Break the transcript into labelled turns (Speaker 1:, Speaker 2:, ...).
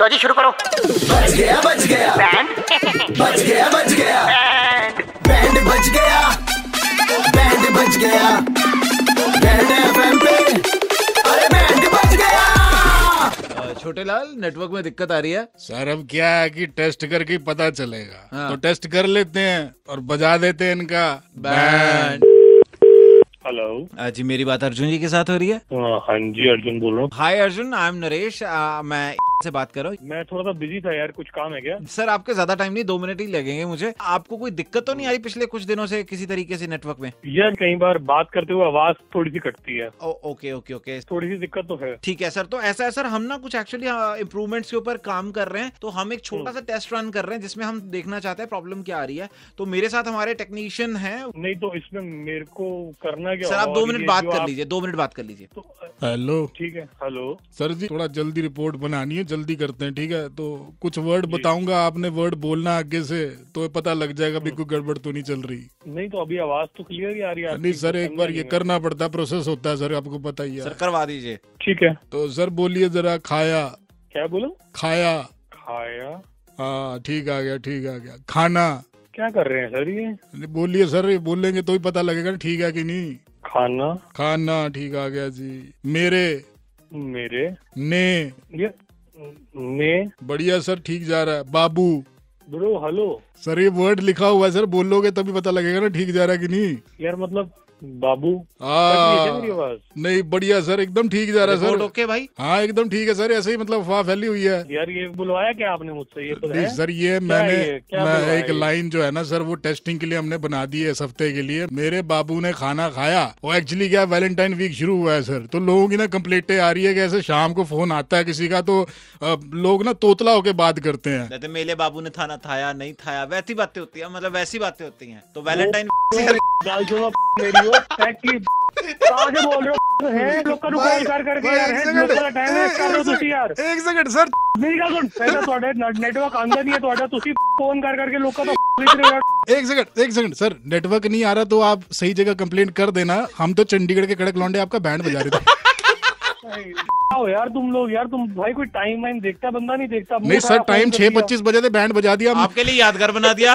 Speaker 1: लो जी शुरू करो
Speaker 2: बच गया बच गया
Speaker 1: बैंड
Speaker 2: बच गया बच गया
Speaker 1: बैंड
Speaker 2: बैंड बच गया बैंड बच गया बैंड एफएम पे अरे बैंड बच गया
Speaker 3: छोटे लाल नेटवर्क में दिक्कत आ रही है
Speaker 4: सर अब क्या है कि टेस्ट करके ही पता चलेगा
Speaker 3: हाँ।
Speaker 4: तो टेस्ट कर लेते हैं और बजा देते हैं इनका बैंड
Speaker 5: हेलो
Speaker 3: जी मेरी बात अर्जुन जी के साथ हो रही है
Speaker 5: हाँ हाँ जी अर्जुन बोल रहा हूँ
Speaker 3: hi Arjun I am Naresh आ, मैं से बात कर रहा हूँ
Speaker 5: मैं थोड़ा सा बिजी था यार कुछ काम है क्या
Speaker 3: सर आपके ज्यादा टाइम नहीं दो मिनट ही लगेंगे मुझे आपको कोई दिक्कत तो नहीं आ रही पिछले कुछ दिनों से किसी तरीके से नेटवर्क में
Speaker 5: यार कई बार बात करते हुए आवाज थोड़ी सी कटती है
Speaker 3: ओ, ओके ओके ओके
Speaker 5: थोड़ी सी दिक्कत तो है
Speaker 3: ठीक है सर तो ऐसा है सर हम ना कुछ एक्चुअली इम्प्रूवमेंट्स के ऊपर काम कर रहे हैं तो हम एक छोटा सा टेस्ट रन कर रहे हैं जिसमें हम देखना चाहते हैं प्रॉब्लम क्या आ रही है तो मेरे साथ हमारे टेक्नीशियन हैं
Speaker 5: नहीं तो इसमें मेरे को करना क्या
Speaker 3: सर आप
Speaker 5: और
Speaker 3: दो
Speaker 5: ये
Speaker 3: मिनट बात
Speaker 5: जो
Speaker 3: कर
Speaker 5: आप-
Speaker 3: लीजिए दो मिनट बात कर लीजिए
Speaker 5: तो,
Speaker 4: हेलो
Speaker 5: ठीक है हेलो
Speaker 4: सर जी थोड़ा जल्दी रिपोर्ट बनानी है जल्दी करते हैं ठीक है तो कुछ वर्ड बताऊंगा आपने वर्ड बोलना आगे से तो पता लग जाएगा भी कोई गड़बड़ तो नहीं चल रही
Speaker 5: नहीं तो अभी आवाज तो क्लियर ही आ रही है
Speaker 4: नहीं
Speaker 5: आपकी,
Speaker 4: सर एक
Speaker 5: करना
Speaker 4: बार
Speaker 5: ही
Speaker 4: ये
Speaker 5: है।
Speaker 4: करना पड़ता प्रोसेस होता है सर आपको पता ही
Speaker 3: सर
Speaker 4: है
Speaker 3: करवा दीजिए
Speaker 5: ठीक है
Speaker 4: तो सर बोलिए जरा खाया
Speaker 5: क्या बोलो
Speaker 4: खाया
Speaker 5: खाया
Speaker 4: हाँ ठीक आ गया ठीक आ गया खाना
Speaker 5: क्या कर रहे हैं सर ये
Speaker 4: नहीं, बोलिए सर ये बोलेंगे तो ही पता लगेगा ना, ठीक है कि नहीं
Speaker 5: खाना
Speaker 4: खाना ठीक आ गया जी मेरे
Speaker 5: मेरे
Speaker 4: ने
Speaker 5: ये ने
Speaker 4: बढ़िया सर ठीक जा रहा है बाबू
Speaker 5: ब्रो हेलो
Speaker 4: सर ये वर्ड लिखा हुआ है सर बोलोगे तभी पता लगेगा ना ठीक जा रहा है कि नहीं
Speaker 5: यार मतलब बाबू कट रही है क्या मेरी
Speaker 4: हाँ
Speaker 5: आवाज
Speaker 4: नहीं बढ़िया सर एकदम ठीक जा रहा है
Speaker 3: रिपोर्ट
Speaker 4: सर
Speaker 3: ओके भाई
Speaker 4: हाँ एकदम ठीक है सर ऐसे ही मतलब अफवाह फैली हुई है
Speaker 5: यार ये बुलवाया क्या आपने मुझसे ये तो
Speaker 4: नहीं
Speaker 5: है
Speaker 4: सर ये
Speaker 5: क्या
Speaker 4: मैंने
Speaker 5: ये? क्या
Speaker 4: मैं
Speaker 5: बनवाया
Speaker 4: एक
Speaker 5: ये?
Speaker 4: लाइन जो है ना सर वो टेस्टिंग के लिए हमने बना दी है इस हफ्ते के लिए मेरे बाबू ने खाना खाया वो एक्चुअली क्या वैलेंटाइन वीक शुरू हुआ है सर तो लोगों की ना कंप्लेंटें आ रही है कि ऐसे शाम को फोन आता है किसी का तो अ, लोग ना तोतला होके बात करते हैं
Speaker 3: कहते मेरे तो बाबू ने थाना थाया नहीं थाया वैसी बातें होती है मतलब वैसी बातें होती हैं तो वैलेंटाइन
Speaker 5: गाल सुनो मेरी वो फैक्ट्री कहाँ से बोल रहे हो है लोग का कॉल कर करके
Speaker 4: भाई,
Speaker 5: यार
Speaker 4: एक
Speaker 5: है
Speaker 4: सेकंड,
Speaker 5: लोग का टाइम वेस्ट कर रहे हो ਤੁਸੀਂ ਯਾਰ
Speaker 4: एक सेकंड सर
Speaker 5: ਮੇਰੀ ਗੱਲ ਸੁਣ ਪਹਿਲਾਂ ਤੁਹਾਡੇ ਨੈਟਵਰਕ ਆਉਂਦਾ ਨਹੀਂ ਹੈ ਤੁਹਾਡਾ ਤੁਸੀਂ ਫੋਨ ਕਰ ਕਰਕੇ ਲੋਕਾਂ ਤੋਂ ਖਰੀਦ ਰਹੇ ਹੋ
Speaker 4: एक सेकंड एक सेकंड सर नेटवर्क नहीं आ रहा तो आप सही जगह कंप्लेंट कर देना हम तो चंडीगढ़ के कड़क लौंडे आपका बैंड बजा रहे थे
Speaker 5: आओ यार तुम लोग यार तुम भाई कोई टाइम वाइम देखता बंदा नहीं देखता
Speaker 4: नहीं सर टाइम छह पच्चीस बजे थे बैंड बजा दिया हमने।
Speaker 3: आपके लिए यादगार बना दिया